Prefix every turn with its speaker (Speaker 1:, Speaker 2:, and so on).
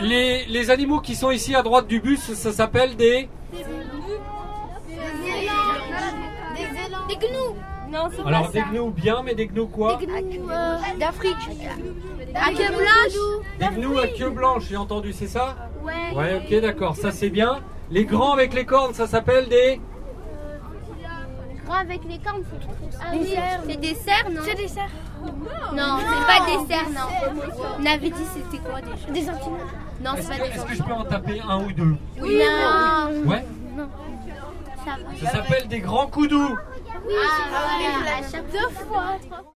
Speaker 1: Les, les animaux qui sont ici à droite du bus, ça s'appelle des...
Speaker 2: Des gnous.
Speaker 3: Non, c'est
Speaker 1: Alors
Speaker 3: pas
Speaker 1: des
Speaker 3: ça.
Speaker 1: gnous bien, mais des gnous quoi
Speaker 2: D'Afrique.
Speaker 3: Ah,
Speaker 2: Des
Speaker 3: quelle
Speaker 2: gnous.
Speaker 3: blanche
Speaker 1: Des gnous à queue blanche, j'ai entendu, c'est ça
Speaker 2: Ouais.
Speaker 1: Ouais, ok, d'accord, ça c'est bien. Les grands avec les cornes, ça s'appelle des...
Speaker 2: Gras avec les cornes, c'est ah, oui.
Speaker 3: C'est des cerfs, non
Speaker 2: C'est des cerfs.
Speaker 3: Non, c'est pas des cerfs, non. On avait dit c'était quoi déjà
Speaker 2: Des antilopes.
Speaker 3: Non, c'est
Speaker 1: Est-ce
Speaker 3: pas
Speaker 1: que,
Speaker 3: des
Speaker 1: est-ce
Speaker 3: cerfs.
Speaker 1: que je peux en taper un ou deux
Speaker 3: Oui,
Speaker 2: Ah,
Speaker 3: non.
Speaker 1: Ouais
Speaker 3: Ça va.
Speaker 1: Ça s'appelle des grands coudous.
Speaker 3: Ah, voilà, à chaque fois.